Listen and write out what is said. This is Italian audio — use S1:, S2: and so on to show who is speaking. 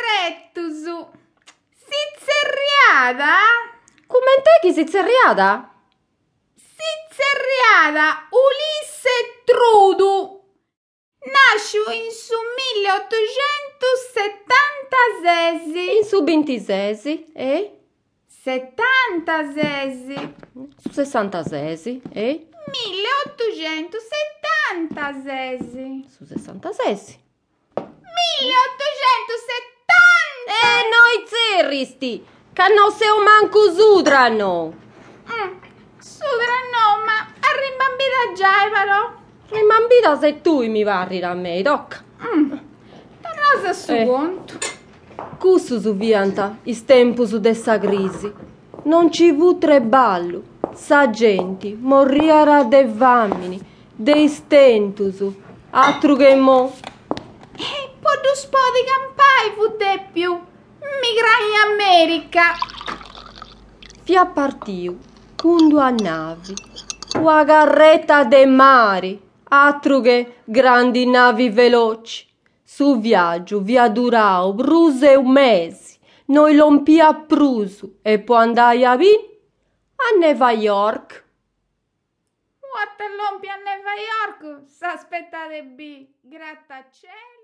S1: Pettusu. Sizzerriada?
S2: Commentè chi si zerriada?
S1: Sizzerriada Ulisse Trudu. Nasciu in su 1876.
S2: In subintisesi e
S1: 76.
S2: su sessantasesi e
S1: 1876.
S2: su sessantasesi.
S1: 1870.
S2: E noi zerristi, che non siamo manco sudrano.
S1: Mm. Sudranoma, arrimbambita Giaivaro.
S2: E bambina sei tu mi parli da me, tocca.
S1: Mm. Tornosa su
S2: Eh.
S1: conto.
S2: Cusso su vianta, is tempo su dessa crisi. Non ci vu tre ballo, sa genti, morriara de vammini, de stentusu, altro che mo.
S1: E poi due spodi campai fu de più. Migrai in America.
S2: Fia partiu, cundu a navi, ua carretta de mari, altro che grandi navi veloci. Su viaggio via durau bruse e un mesi, noi lompia prusu e poi andai a Vin, a Neva York.
S1: Waterlompi a New York. S'aspettate B. Grattacielo.